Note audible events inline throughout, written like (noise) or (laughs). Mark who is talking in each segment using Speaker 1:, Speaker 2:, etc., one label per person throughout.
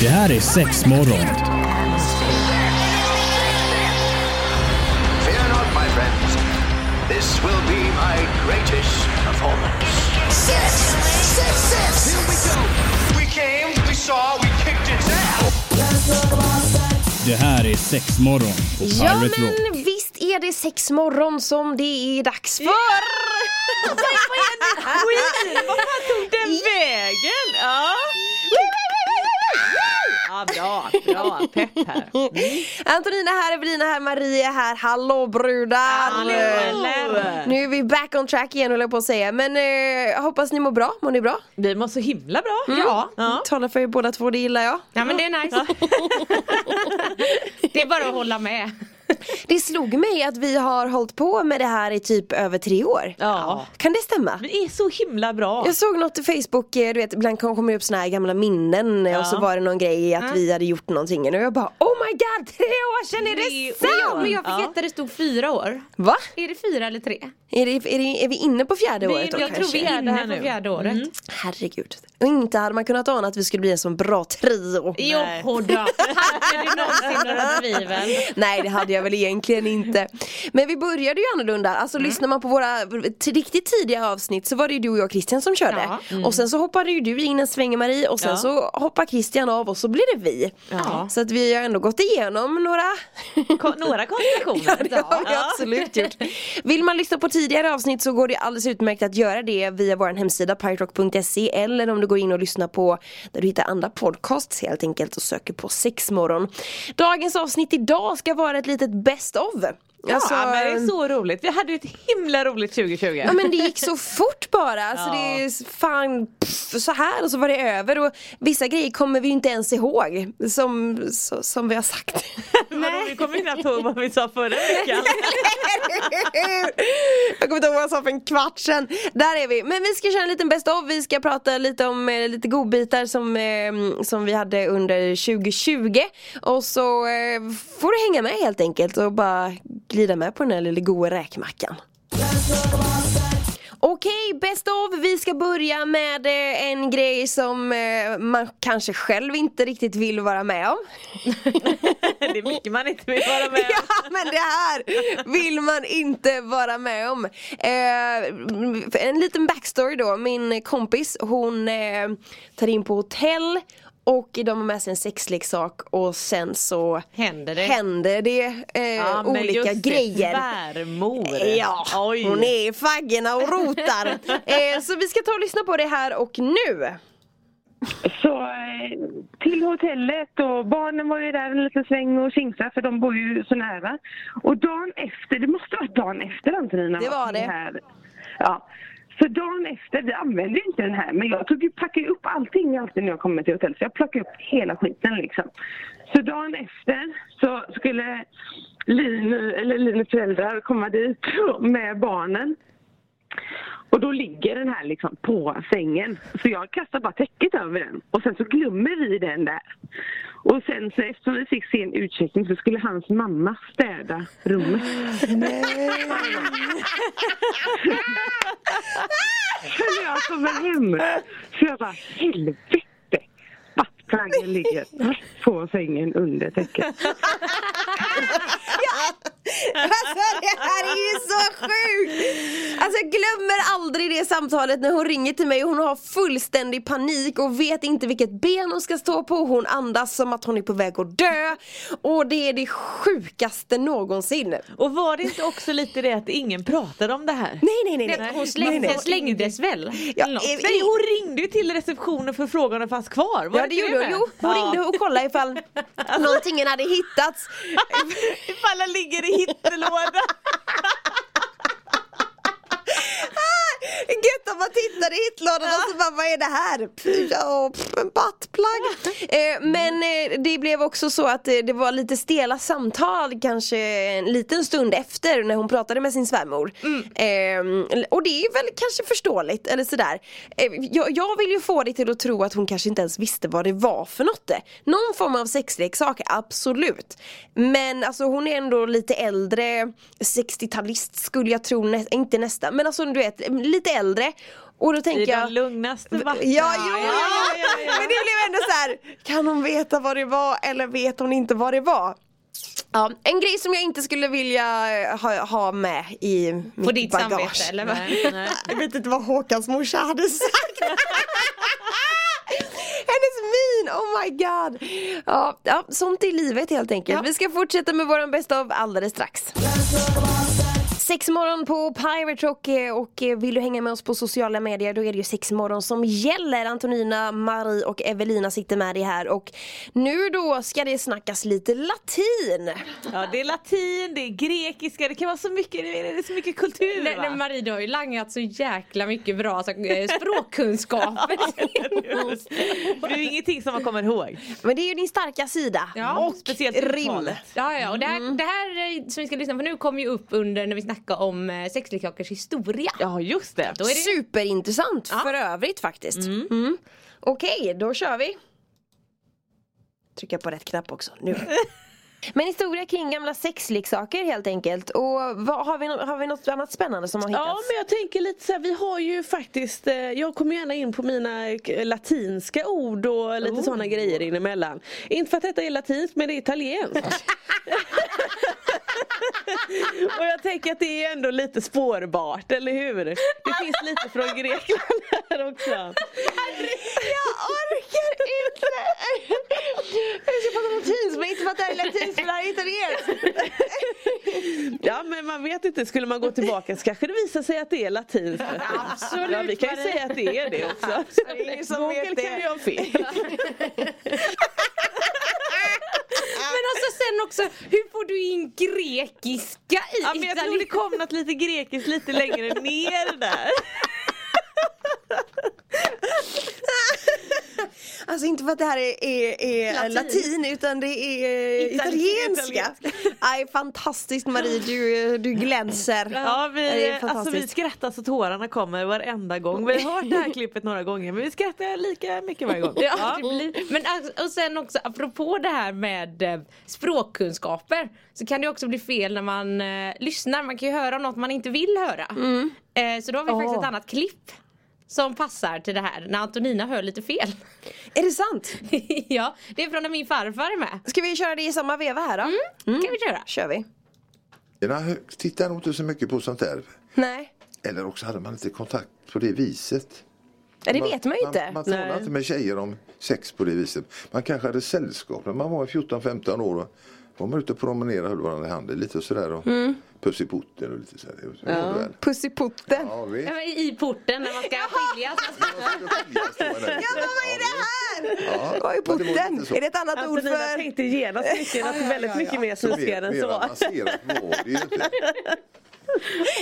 Speaker 1: Det här är sex morgon.
Speaker 2: Fear not, my friends. This will be my greatest performance.
Speaker 3: Six, six, six. Here we go.
Speaker 2: We came, we saw, we kicked its ass.
Speaker 1: Det här är sex morgon på
Speaker 4: Ja
Speaker 1: Pirate Rock.
Speaker 4: men visst är det sex morgon som det är dags för!
Speaker 5: Den vägen! Ja. ja, bra, bra. Pepp här.
Speaker 4: (laughs) Antonina här, Evelina här, Maria här, hallå brudar! Nu är vi back on track igen höll jag på att säga men eh, jag hoppas ni mår bra, mår ni bra? Mm.
Speaker 5: Vi mår så himla bra. Mm. Ja. ja.
Speaker 4: Talar för er båda två, det gillar jag.
Speaker 6: Mm. Ja men det är nice. (laughs) det är bara att hålla med.
Speaker 4: Det slog mig att vi har hållit på med det här i typ över tre år.
Speaker 5: Ja.
Speaker 4: Kan det stämma?
Speaker 5: Vi är så himla bra.
Speaker 4: Jag såg något i Facebook, eh, du vet ibland kom- kommer det upp såna här gamla minnen eh, och så var det någon grej att
Speaker 6: Mm.
Speaker 4: vi hade gjort någonting och jag bara oh my god tre år sedan är
Speaker 6: Tre
Speaker 4: det
Speaker 6: år. Men jag
Speaker 4: sant?
Speaker 6: fick veta det stod fyra år.
Speaker 4: Va?
Speaker 6: Är det fyra eller tre?
Speaker 4: Är, det, är, det, är vi inne på fjärde året då
Speaker 6: jag
Speaker 4: kanske?
Speaker 6: tror vi är det
Speaker 5: Inne
Speaker 6: här på
Speaker 5: nu. Mm.
Speaker 6: fjärde året.
Speaker 4: Herregud. Och inte hade man kunnat ana att vi skulle bli en sån bra trio.
Speaker 6: Jodå, (laughs) hade du någonsin några tvivel?
Speaker 4: (laughs) Nej det hade jag väl egentligen inte. Men vi började ju annorlunda. Alltså
Speaker 5: Mm.
Speaker 4: lyssnar man på våra t- riktigt tidiga avsnitt så var det ju du och jag Christian som körde.
Speaker 6: Ja.
Speaker 4: Och sen så hoppade ju du in en sväng Marie och sen
Speaker 5: Mm. Ja.
Speaker 4: så hoppar Christian av och så blir det vi.
Speaker 5: Ja.
Speaker 4: Så att vi har ändå gått igenom några
Speaker 5: Ko-
Speaker 4: (laughs)
Speaker 5: några
Speaker 4: Ja,
Speaker 5: konstellationer.
Speaker 4: det har vi absolut gjort. Vill man lyssna på tidigare avsnitt så går det alldeles utmärkt att göra det via vår hemsida piratrock.se eller om du går in och lyssnar på där du hittar andra podcasts helt enkelt och söker på sexmorgon. Dagens avsnitt idag ska vara ett litet best of. Alltså,
Speaker 5: Ja, men det är så roligt. Vi hade ett himla roligt 2020.
Speaker 4: Ja men det gick så fort bara, alltså
Speaker 5: Ja.
Speaker 4: det är fan pff, så här och så var det över och vissa grejer kommer vi ju inte ens ihåg som, så, som vi har
Speaker 5: (laughs)
Speaker 4: sagt.
Speaker 5: Vadå, vi kommer knappt ihåg vad vi sa förra
Speaker 6: (laughs)
Speaker 5: veckan.
Speaker 4: Jag kommer inte ihåg vad jag sa för en kvart sedan. Där är vi. Men vi ska köra en liten best of. Vi ska prata lite om eh, lite godbitar som, eh, som vi hade under 2020. Och så eh, får du hänga med helt enkelt och bara glida med på den här lilla goa räkmackan. Okej, best of. Vi ska börja med eh, en grej som eh, man kanske själv inte riktigt vill vara med om.
Speaker 5: Det är mycket man inte vill vara med om.
Speaker 4: (laughs) Ja men det här vill man inte vara med om. Eh, en liten backstory då. Min kompis hon eh, tar in på hotell och de har med sig en sexleksak och sen så
Speaker 5: Händer det?
Speaker 4: händer det eh,
Speaker 5: Eh. Ja, men
Speaker 4: olika
Speaker 5: just det,
Speaker 4: grejer. Eh,
Speaker 5: Svärmor.
Speaker 4: Ja,
Speaker 5: Oj.
Speaker 4: hon är i faggorna och
Speaker 5: (laughs)
Speaker 4: rotar. eh, så vi ska ta och lyssna på det här och nu.
Speaker 7: Så eh, till hotellet och barnen var ju där en liten sväng och tjingsa för de bor ju så nära. Och dagen efter, det måste vara dagen efter Antonina.
Speaker 4: Det var
Speaker 7: som
Speaker 4: det.
Speaker 7: Här. Ja. Så dagen efter, vi använde ju inte den här men jag tog ju, packade ju upp allting alltid när jag kommer till hotellet. Så jag plockade upp hela skiten liksom. Så dagen efter så skulle Linus, eller Linus föräldrar komma dit (laughs) med barnen. Och då ligger den här liksom på sängen. Så jag kastar bara täcket över den. Och sen så glömmer vi den där. Och sen så eftersom vi fick sen utcheckning så skulle hans mamma städa rummet. Så när jag kommer hem så jag bara helvete! Buttpluggen ligger rätt på sängen under täcket.
Speaker 4: Alltså det här är ju så sjukt! Alltså jag glömmer aldrig det samtalet när hon ringer till mig och hon har fullständig panik och vet inte vilket ben hon ska stå på. Hon andas som att hon är på väg att dö. Och det är det sjukaste någonsin.
Speaker 5: Och var det inte också lite det att ingen pratade om det här?
Speaker 4: Nej nej nej nej.
Speaker 6: Hon släng,
Speaker 4: nej, nej.
Speaker 6: den slängdes väl?
Speaker 4: Ja,
Speaker 6: Eller något.
Speaker 4: eh,
Speaker 5: Nej hon ringde ju till receptionen för frågan om fanns kvar. Var
Speaker 4: Ja det
Speaker 5: inte
Speaker 4: gjorde hon.
Speaker 5: med?
Speaker 4: Jo, hon
Speaker 5: Ja.
Speaker 4: ringde och kollade ifall någonting hade hittats.
Speaker 5: (laughs) Ifall den ligger i hittelåda.
Speaker 4: Gött om man tittar i hitlådan och så bara vad är det här? Pff, Ja, pff, en buttplug. Eh, men eh, det blev också så att eh, det var lite stela samtal kanske en liten stund efter när hon pratade med sin svärmor. Eh, och det är väl kanske förståeligt eller sådär. Eh, jag, jag vill ju få det till att tro att hon kanske inte ens visste vad det var för något. Någon form av sexleksak, absolut. Men alltså hon är ändå lite äldre, 60-talist skulle jag tro, nä- inte nästan men alltså du vet lite äldre. Och då (laughs)
Speaker 5: I
Speaker 4: tänker jag
Speaker 5: den lugnaste vattnet.
Speaker 4: Ja, jo, ja, ja, ja, Men det blev ändå så här. kan hon veta vad det var eller vet hon inte vad det var? Ja, en grej som jag inte skulle vilja eh, ha, ha med i
Speaker 6: På
Speaker 4: mitt
Speaker 6: ditt
Speaker 4: bagage.
Speaker 6: samvete eller? vad? Nej.
Speaker 4: Jag vet inte vad Håkans morsa hade sagt. Hennes min, oh my god. Ja, ja, sånt är livet helt enkelt. Vi ska fortsätta med våran bästa av alldeles strax. Sex morgon på Pirate Rock eh, och eh, vill du hänga med oss på sociala medier då är det ju sex morgon som gäller. Antonina, Marie och Evelina sitter med dig här och nu då ska det snackas lite latin.
Speaker 5: Ja, det är latin, det är grekiska, det kan vara så mycket, det är så mycket kultur
Speaker 6: Nej,
Speaker 5: va?
Speaker 6: nej, Marie du har ju langat så jäkla mycket bra så, eh,
Speaker 5: (laughs)
Speaker 6: språkkunskaper.
Speaker 8: (laughs)
Speaker 5: Det är ju ingenting som man kommer ihåg.
Speaker 4: Men det är ju din starka sida.
Speaker 6: Ja,
Speaker 4: och
Speaker 5: speciellt
Speaker 4: rim.
Speaker 5: uttalet.
Speaker 6: Ja, ja, och det här,
Speaker 5: Mm.
Speaker 6: det här eh, som vi ska lyssna på nu kom ju upp under när vi snackade om eh, sexleksakers historia.
Speaker 5: Ja, just det.
Speaker 6: Då är det...
Speaker 4: Superintressant för övrigt faktiskt. Mm. Okej, då kör vi. Trycka på rätt knapp också. Nu. Men historia kring gamla sexleksaker helt enkelt. Och vad, har, vi no- har vi något annat spännande som har hittats?
Speaker 8: Ja men jag tänker lite så här, vi har ju faktiskt, eh, jag kommer gärna in på mina eh, latinska ord och lite sådana grejer inemellan. Inte för att detta är latinskt men det är italienskt. och jag tänker att det är ändå lite spårbart, eller hur? Det finns lite från Grekland här också.
Speaker 4: Jag orkar inte! (laughs) Jag ska prata latinsk men inte för att det här är latinskt för det här är italienskt.
Speaker 8: Ja men man vet inte, skulle man gå tillbaka så kanske det visar sig att det är latinskt.
Speaker 6: Absolut,
Speaker 8: ja, vi kan ju
Speaker 6: Marie.
Speaker 8: säga att det är det också.
Speaker 4: är ingen som vet
Speaker 8: Google
Speaker 4: det.
Speaker 8: kan ju ha fel.
Speaker 6: Men alltså sen också, hur får du in grekiska i
Speaker 5: Ja, men jag tror det kom något lite grekiskt lite längre ner där.
Speaker 4: Alltså inte för att det här är, är, är latin.
Speaker 6: Latin.
Speaker 4: utan det är eh, italienska. Nej fantastiskt Marie, du, du glänser.
Speaker 5: Ja,
Speaker 4: Det
Speaker 5: vi,
Speaker 4: är
Speaker 5: alltså, vi
Speaker 4: fantastiskt.
Speaker 5: skrattar så tårarna kommer varenda gång. Vi har hört det här klippet några gånger men vi skrattar lika mycket varje gång.
Speaker 6: Ja, det blir. Men alltså, och sen också apropå det här med eh, språkkunskaper så kan det också bli fel när man eh, lyssnar. Man kan ju höra något man inte vill höra. Eh, så då har vi faktiskt ett annat klipp som passar till det här när Antonina hör lite fel. (laughs)
Speaker 4: Är det sant?
Speaker 6: ja, det är från när min farfar är med.
Speaker 4: Ska vi köra det i samma veva här då?
Speaker 6: Mm. kan vi köra.
Speaker 4: kör vi.
Speaker 9: Man tittar nog inte så mycket på sånt där.
Speaker 4: Nej,
Speaker 9: Eller också hade man inte kontakt på det viset.
Speaker 4: Ja, det vet man ju inte.
Speaker 9: Man, man talar inte med tjejer om sex på det viset. Man kanske hade sällskap när man var 14-15 år. Och var man ute och promenerade och höll varandra i handen lite och sådär. Och
Speaker 4: Mm.
Speaker 9: Puss i putten och lite sådär. Ja.
Speaker 4: Puss i putten.
Speaker 9: Ja, vi.
Speaker 6: Ja, men I porten när man ska skiljas.
Speaker 4: Ja men vad är det här?
Speaker 9: Ja,
Speaker 4: Vad är
Speaker 9: men det var
Speaker 4: putten?
Speaker 9: lite så.
Speaker 4: Är det ett annat
Speaker 5: Alltså,
Speaker 4: ord
Speaker 8: Antonina
Speaker 4: för?
Speaker 8: tänkte genast mycket, att väldigt mycket mer
Speaker 9: Så mer,
Speaker 8: snuskigare än
Speaker 9: mer
Speaker 8: så.
Speaker 9: avancerat var det ju inte.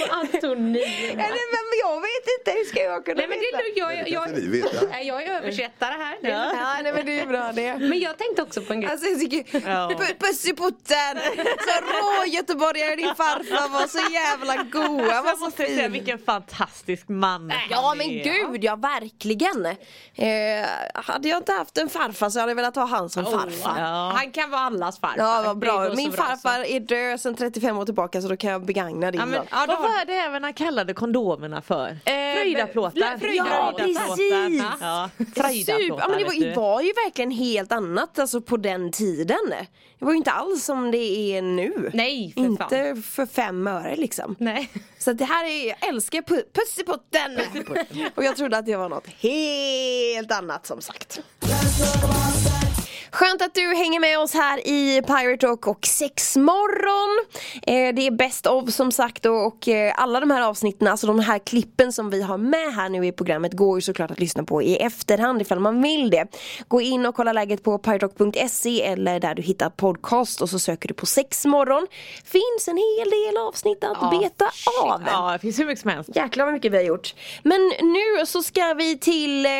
Speaker 6: Antonina.
Speaker 4: Eller, men jag vet inte, hur ska jag kunna
Speaker 6: Nej men det är
Speaker 4: veta?
Speaker 6: lugnt. jag,
Speaker 9: Det
Speaker 6: jag,
Speaker 9: kan inte
Speaker 6: jag,
Speaker 9: ni veta.
Speaker 6: Nej, jag är översättare här. Det är så här.
Speaker 4: Ja, nej men det är bra det.
Speaker 6: Men jag tänkte också på en grej.
Speaker 4: Alltså jag tycker,
Speaker 5: (laughs)
Speaker 4: pu- puss i putten! Så rå göteborgare din farfar var så jävla god, han var
Speaker 5: Jag
Speaker 4: så
Speaker 5: måste säga
Speaker 4: fin.
Speaker 5: vilken fantastisk man
Speaker 4: Ja
Speaker 5: han
Speaker 4: men
Speaker 5: är.
Speaker 4: gud ja, verkligen. Eh, hade jag inte haft en farfar så hade jag velat ha han som farfar.
Speaker 5: Oh, Ja.
Speaker 6: Han kan vara allas farfar.
Speaker 4: Ja vad
Speaker 6: Det
Speaker 4: bra.
Speaker 6: går så
Speaker 4: Min
Speaker 6: bra så.
Speaker 4: farfar är död sedan 35 år tillbaka så då kan jag begagna det
Speaker 5: Ja, men,
Speaker 4: innan.
Speaker 5: ja,
Speaker 4: Vad
Speaker 5: vad var det även han kallade kondomerna för? Fröjdaplåtar.
Speaker 6: frö- fröjda-
Speaker 5: Ja,
Speaker 4: precis.
Speaker 5: Ja.
Speaker 4: Super, ja, men det var, det var ju verkligen helt annat alltså, på den tiden. Det var ju inte alls som det är nu.
Speaker 6: Nej, för
Speaker 4: inte
Speaker 6: fan.
Speaker 4: för fem öre liksom.
Speaker 6: Nej.
Speaker 4: Så att det här är, jag älskar pu- puss i putten! (laughs) Och jag trodde att det var något helt annat som sagt. Skönt att du hänger med oss här i Pirate Talk och Sexmorgon. Eh, det är best of som sagt och, och eh, alla de här avsnitten, alltså de här klippen som vi har med här nu i programmet går ju såklart att lyssna på i efterhand ifall man vill det. Gå in och kolla läget på piraterock.se eller där du hittar podcast och så söker du på Sexmorgon. Finns en hel del avsnitt att beta av.
Speaker 5: Ja, det finns hur mycket som helst.
Speaker 4: Jäklar vad mycket vi har gjort. Men nu så ska vi till, eh,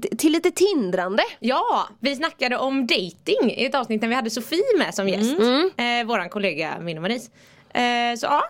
Speaker 4: t- till lite tindrande.
Speaker 6: Ja, vi snackade om dating i ett avsnitt när vi hade Sofie med som gäst. Eh, våran kollega Min och Maris. Eh, så ja,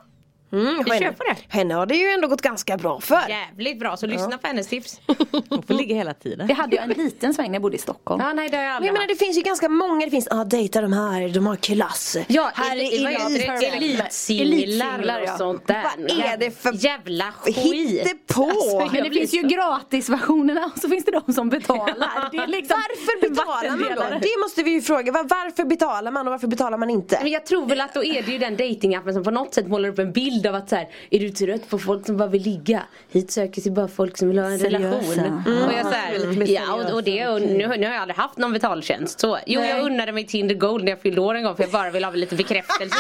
Speaker 4: Mm,
Speaker 6: Vi kör på det.
Speaker 4: Henne har det ju ändå gått ganska bra för.
Speaker 6: Jävligt bra, så lyssna på hennes tips.
Speaker 5: Hon får ligga hela tiden.
Speaker 10: Det hade jag en liten sväng när jag bodde i Stockholm.
Speaker 6: Ja, nej det har jag
Speaker 4: Men
Speaker 6: aldrig
Speaker 4: jag menar det finns ju ganska många, det finns, ja ah, dejta de här, de har klass.
Speaker 10: Ja,
Speaker 4: här
Speaker 10: i- i- vad
Speaker 4: är
Speaker 10: heter det?
Speaker 4: elit.
Speaker 10: Elitsinglar,
Speaker 6: Elitsinglar
Speaker 10: ja.
Speaker 6: och sånt där.
Speaker 4: Vad är det för
Speaker 6: jävla skit?
Speaker 4: Hittepå!
Speaker 6: Alltså,
Speaker 10: Men det
Speaker 6: jag blir
Speaker 10: finns ju
Speaker 6: så-
Speaker 10: gratisversionerna och så finns det de som betalar. Det är liksom
Speaker 4: Varför betalar man då?
Speaker 10: vattendelare.
Speaker 4: Det måste vi ju fråga. Var- Varför betalar man och varför betalar man inte?
Speaker 6: Men jag tror väl att då är det ju den datingappen som på något sätt målar upp en bild av att så här, Är du trött på folk som bara vill ligga? Hit söker sig bara folk som vill ha en
Speaker 10: Seriösa.
Speaker 6: relation.
Speaker 10: Mm.
Speaker 6: Och jag så här, ja och, och det, och nu, nu har jag aldrig haft någon betaltjänst. Så, jo jag unnade mig Tinder Gold när jag fyllde år en gång för jag bara ville ha lite bekräftelse.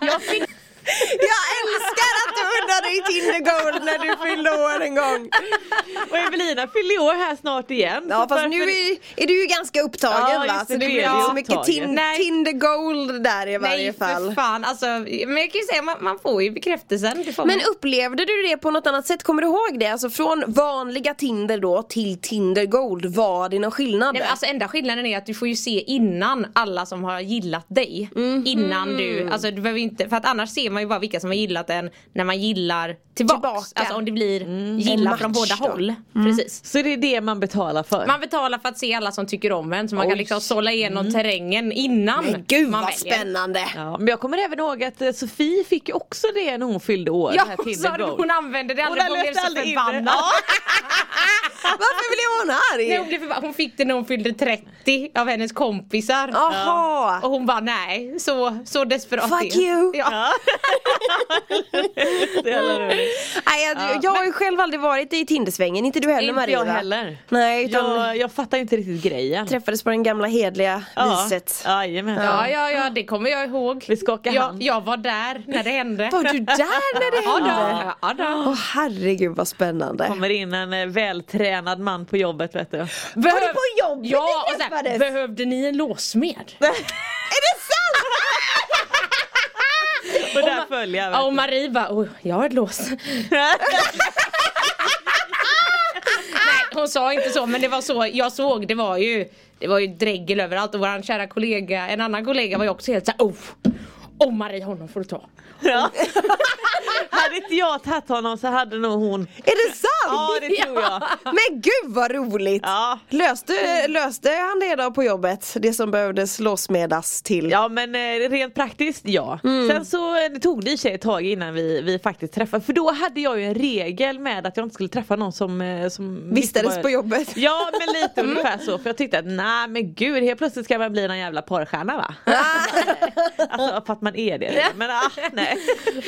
Speaker 6: jag fick
Speaker 4: Jag älskar att du unnar dig Tinder Gold när du fyllde år en gång.
Speaker 5: Och Evelina fyller ju år här snart igen.
Speaker 4: Ja
Speaker 5: så
Speaker 4: fast nu
Speaker 5: varför-
Speaker 4: är, är du ju ganska
Speaker 5: Ja,
Speaker 4: upptagen
Speaker 5: just
Speaker 4: va?
Speaker 5: det,
Speaker 4: Så det
Speaker 5: du
Speaker 4: blir
Speaker 5: är
Speaker 4: inte så
Speaker 5: ju
Speaker 4: mycket
Speaker 5: upptagen.
Speaker 4: tin,
Speaker 6: Nej.
Speaker 4: Tinder Gold där (laughs) i varje
Speaker 6: Nej för
Speaker 4: fall.
Speaker 6: fan alltså, men jag kan ju säga man, man får ju bekräftelsen. Det får
Speaker 4: Men
Speaker 6: man.
Speaker 4: upplevde du det på något annat sätt? Kommer du ihåg det? Alltså från vanliga Tinder då till Tinder Gold. Var det någon skillnad?
Speaker 6: Nej, men alltså enda skillnaden är att du får ju se innan alla som har gillat dig.
Speaker 4: Mhm.
Speaker 6: Innan du, alltså du behöver inte, för att annars ser man ju bara vilka som har gillat en när man gillar tillbaks.
Speaker 4: Tillbaka. Mm.
Speaker 6: Alltså om det blir
Speaker 4: En
Speaker 6: gilla
Speaker 4: match
Speaker 6: från båda
Speaker 4: då. Mm.
Speaker 6: håll. Precis.
Speaker 5: Så det är det man betalar för.
Speaker 6: Man betalar för att se alla som tycker om en så man kan liksom sålla igenom terrängen innan
Speaker 4: Mm. Men gud
Speaker 6: man
Speaker 4: vad
Speaker 6: väljer.
Speaker 4: spännande!
Speaker 5: Ja, men jag kommer även ihåg att eh, Sofie fick ju också det när hon fyllde år.
Speaker 6: Ja,
Speaker 5: det här
Speaker 6: hon
Speaker 5: Tinder
Speaker 6: sa det,
Speaker 5: Gold.
Speaker 6: hon använde det
Speaker 5: Hon
Speaker 6: aldrig, hon,
Speaker 5: läste
Speaker 6: blev så
Speaker 5: aldrig in det.
Speaker 6: förbannad.
Speaker 5: Ja.
Speaker 4: Varför blev hon
Speaker 6: Nej,
Speaker 4: (laughs)
Speaker 6: hon,
Speaker 4: arg?
Speaker 6: blev förbannad. hon fick det när hon fyllde 30 av hennes kompisar.
Speaker 4: Jaha!
Speaker 6: Och hon bara nej, så, så desperat
Speaker 4: Fuck
Speaker 6: är-
Speaker 4: you!
Speaker 6: Ja.
Speaker 5: Det är jävla roligt.
Speaker 4: Nej, jag, jag har ju själv aldrig varit i Tindersvängen, inte du heller
Speaker 5: Inte
Speaker 4: Maria?
Speaker 5: jag heller.
Speaker 4: Nej, utan
Speaker 5: Jag, jag fattar inte riktigt grejen.
Speaker 4: träffades på den gamla hedliga
Speaker 5: Ja.
Speaker 4: viset.
Speaker 5: Jajamän.
Speaker 6: Ja, ja, ja, det kommer jag ihåg.
Speaker 5: Vi skakar hand.
Speaker 6: Jag, jag var där när det hände.
Speaker 4: Var du där när det
Speaker 6: Ja,
Speaker 4: hände?
Speaker 6: då. Ja, då.
Speaker 4: Åh herregud vad spännande.
Speaker 5: kommer in en eh, vältränad man på jobbet vet du.
Speaker 4: Var du på jobbet
Speaker 6: Ja,
Speaker 4: ni
Speaker 6: och så här,
Speaker 4: träffades?
Speaker 6: behövde ni en låsmed?
Speaker 4: (laughs) Är det sant?
Speaker 5: Och där följer jag.
Speaker 6: Ja,
Speaker 5: vet
Speaker 6: och Marie bara, "Oj, jag har ett lås. Nej, hon sa inte så, men det var så jag såg. Det var ju, det var ju dregel överallt och vår kära kollega, en annan kollega var ju också helt såhär, oh, oh Marie, honom får du ta.
Speaker 5: du. Ja. (laughs) hade inte jag tagit honom så hade nog hon.
Speaker 4: Är det sant?
Speaker 5: Ja det tror jag.
Speaker 4: Men gud vad roligt!
Speaker 5: Ja.
Speaker 4: Löste, löste han det då på jobbet? Det som behövdes låsmedas till?
Speaker 5: Ja men eh, rent praktiskt ja. Sen så eh, det tog det i sig ett tag innan vi, vi faktiskt träffade för då hade jag ju en regel med att jag inte skulle träffa någon som, eh, som visste vad
Speaker 4: Vistades
Speaker 5: jag-
Speaker 4: på jobbet?
Speaker 5: Ja men (laughs) lite ungefär så för jag tyckte att nej men gud helt plötsligt ska man bli någon jävla porrstjärna (laughs) va? alltså för att man är det redan, (laughs) men ah, nej.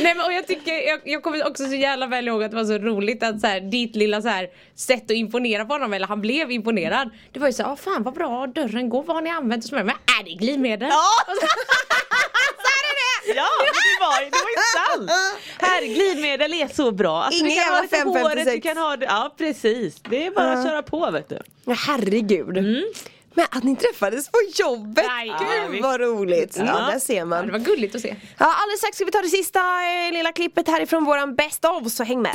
Speaker 6: Nej men och jag tycker, jag, jag kommer också så jävla väl ihåg att det var så roligt att så här, ditt lilla så här, sätt att imponera på honom, eller han blev imponerad. Det var ju såhär, ah, fan vad bra dörren går, vad har ni använt och så bara, men är det glidmedel?
Speaker 5: Ja! Ja, men det var, det var ju sant! Här, glidmedel är så bra. Alltså,
Speaker 4: Ingen
Speaker 5: du kan ha det på
Speaker 4: jävla
Speaker 5: håret, du
Speaker 4: 556.
Speaker 5: kan ha det, ja precis. Det är bara att köra på vet du.
Speaker 4: Ja, herregud! Men att ni träffades på jobbet!
Speaker 6: Mm. Nej. Ja,
Speaker 4: Gud
Speaker 5: visst.
Speaker 4: vad roligt! Ja,
Speaker 5: Ja.
Speaker 4: där ser
Speaker 6: Det
Speaker 4: man.
Speaker 6: var gulligt att se.
Speaker 4: Ja, alldeles strax ska vi ta det sista eh, lilla klippet härifrån våran Best of, så häng med.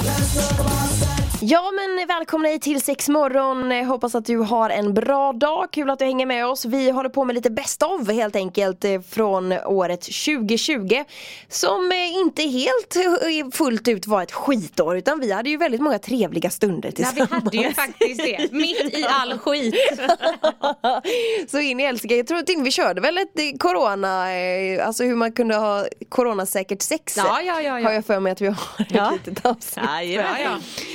Speaker 4: Ja men välkomna hit till sex morgon. Eh, Hoppas att du har en bra dag. Kul att du hänger med oss. Vi håller på med lite best of helt enkelt eh, från året 2020. Som eh, inte helt eh, fullt ut var ett skitår utan vi hade ju väldigt många trevliga stunder
Speaker 6: Ja, vi
Speaker 4: tillsammans.
Speaker 6: hade ju faktiskt det, mitt i all skit.
Speaker 4: (laughs) Så in i helsike. Jag tror att in- vi körde väl ett eh, corona, eh, alltså hur man kunde ha coronasäkert sex.
Speaker 6: Ja, ja, ja, ja.
Speaker 4: Har jag för mig att vi har (laughs) ett litet avsnitt.
Speaker 5: Jajamän.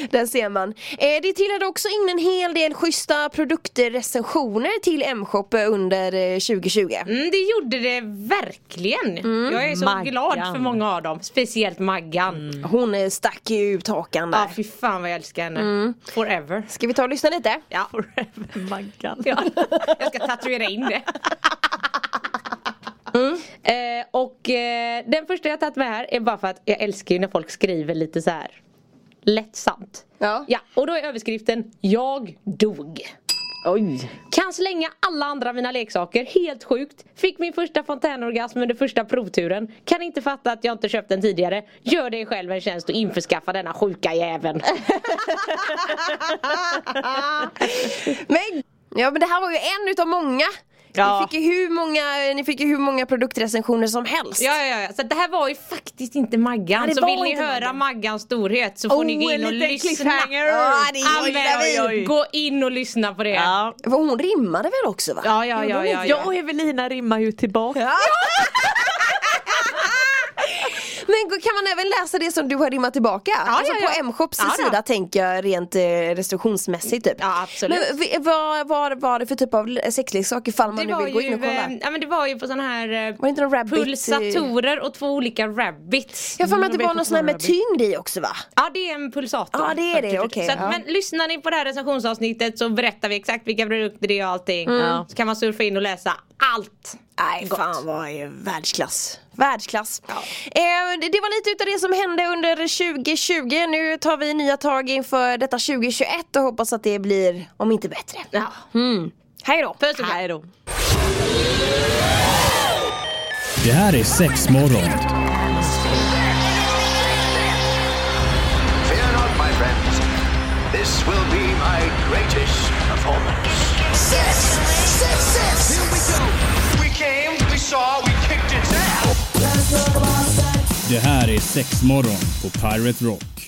Speaker 6: Ja,
Speaker 4: (laughs) Där ser man. Eh, det trillade också in en hel del schyssta produktrecensioner till M-shop under eh, 2020.
Speaker 6: Mm, det gjorde det verkligen.
Speaker 4: Mm.
Speaker 6: Jag är så
Speaker 5: Maggan. Mm.
Speaker 6: glad för många av dem, speciellt Maggan.
Speaker 4: Hon eh, stack ju ut hakan
Speaker 6: Ja,
Speaker 4: där.
Speaker 6: fy fan vad jag älskar henne.
Speaker 4: Mm.
Speaker 6: Forever.
Speaker 4: Ska vi ta och lyssna lite?
Speaker 6: Ja.
Speaker 5: Forever Maggan.
Speaker 6: (laughs) Ja. Jag ska tatuera in det. Eh, och eh, den första jag tagit med här är bara för att jag älskar ju när folk skriver lite så här lättsamt.
Speaker 4: Ja. (laughs)
Speaker 6: ja och då är överskriften Jag dog.
Speaker 5: Oj.
Speaker 6: Kan slänga alla andra mina leksaker, helt sjukt. Fick min första fontänorgasm under första provturen. Kan inte fatta att jag inte köpt den tidigare. Gör dig själv en tjänst och införskaffa denna sjuka jäveln.
Speaker 4: Men, ja men det här var ju en utav många
Speaker 5: Ja.
Speaker 4: Ni, fick ju hur många, eh, ni fick ju hur många produktrecensioner som helst.
Speaker 6: Ja, ja, ja. Så det här var ju faktiskt inte Maggan.
Speaker 4: Nej, det
Speaker 6: så
Speaker 4: var
Speaker 6: vill ni
Speaker 4: inte
Speaker 6: höra
Speaker 4: Maggan.
Speaker 6: Maggans storhet så får
Speaker 4: Oh,
Speaker 6: ni gå in
Speaker 4: en
Speaker 6: och
Speaker 4: liten
Speaker 6: lyssna.
Speaker 4: cliffhanger. Ja, det gillar
Speaker 6: Amen,
Speaker 4: vi.
Speaker 6: oj, oj. Gå in och lyssna på det.
Speaker 5: Ja.
Speaker 4: För Hon rimmade väl också va? (laughs)
Speaker 6: Ja, ja,
Speaker 5: Ja,
Speaker 6: ja, ja,
Speaker 5: och
Speaker 6: ja.
Speaker 5: Evelina rimmar ju tillbaka.
Speaker 4: Men kan man även läsa det som du har rimmat tillbaka? alltså
Speaker 6: ja, ja.
Speaker 4: på M-shops
Speaker 6: Ja, då.
Speaker 4: sida tänker jag rent eh, restriktionsmässigt typ.
Speaker 6: Ja, absolut.
Speaker 4: Men vi- vad var, var det för typ av sexleksak ifall man
Speaker 6: Det
Speaker 4: nu
Speaker 6: var,
Speaker 4: vill gå in och
Speaker 6: ju,
Speaker 4: kolla?
Speaker 6: eh, ja, men det var ju på sådana här eh,
Speaker 4: Var det inte någon rabbit?
Speaker 6: pulsatorer och två olika rabbits. Mm,
Speaker 4: Jag har för mig att det
Speaker 5: vet
Speaker 4: var någon
Speaker 5: inte
Speaker 4: sån här
Speaker 5: vad
Speaker 4: med tyngd i också va?
Speaker 6: Ja det är en pulsator.
Speaker 4: Ja, det är det, okej,
Speaker 6: så att,
Speaker 4: ja.
Speaker 6: Men lyssnar ni på det här recensionsavsnittet så berättar vi exakt vilka produkter det är och allting.
Speaker 4: Mm.
Speaker 6: Så kan man surfa in och läsa allt.
Speaker 4: Nej, fan vad är världsklass. Världsklass. Eh, det, det var lite utav det som hände under 2020. Nu tar vi nya tag inför detta 2021 och hoppas att det blir, om inte bättre. Mm. Hej då!
Speaker 6: Puss och kram.
Speaker 5: Nej då.
Speaker 1: Det här är sex morgon.
Speaker 2: Fear not, my friends. This will be my greatest performance.
Speaker 3: Six, six, six. Here we go.
Speaker 2: We came, we saw, we kicked its ass.
Speaker 1: Det här är sex morgon på Pirate Rock.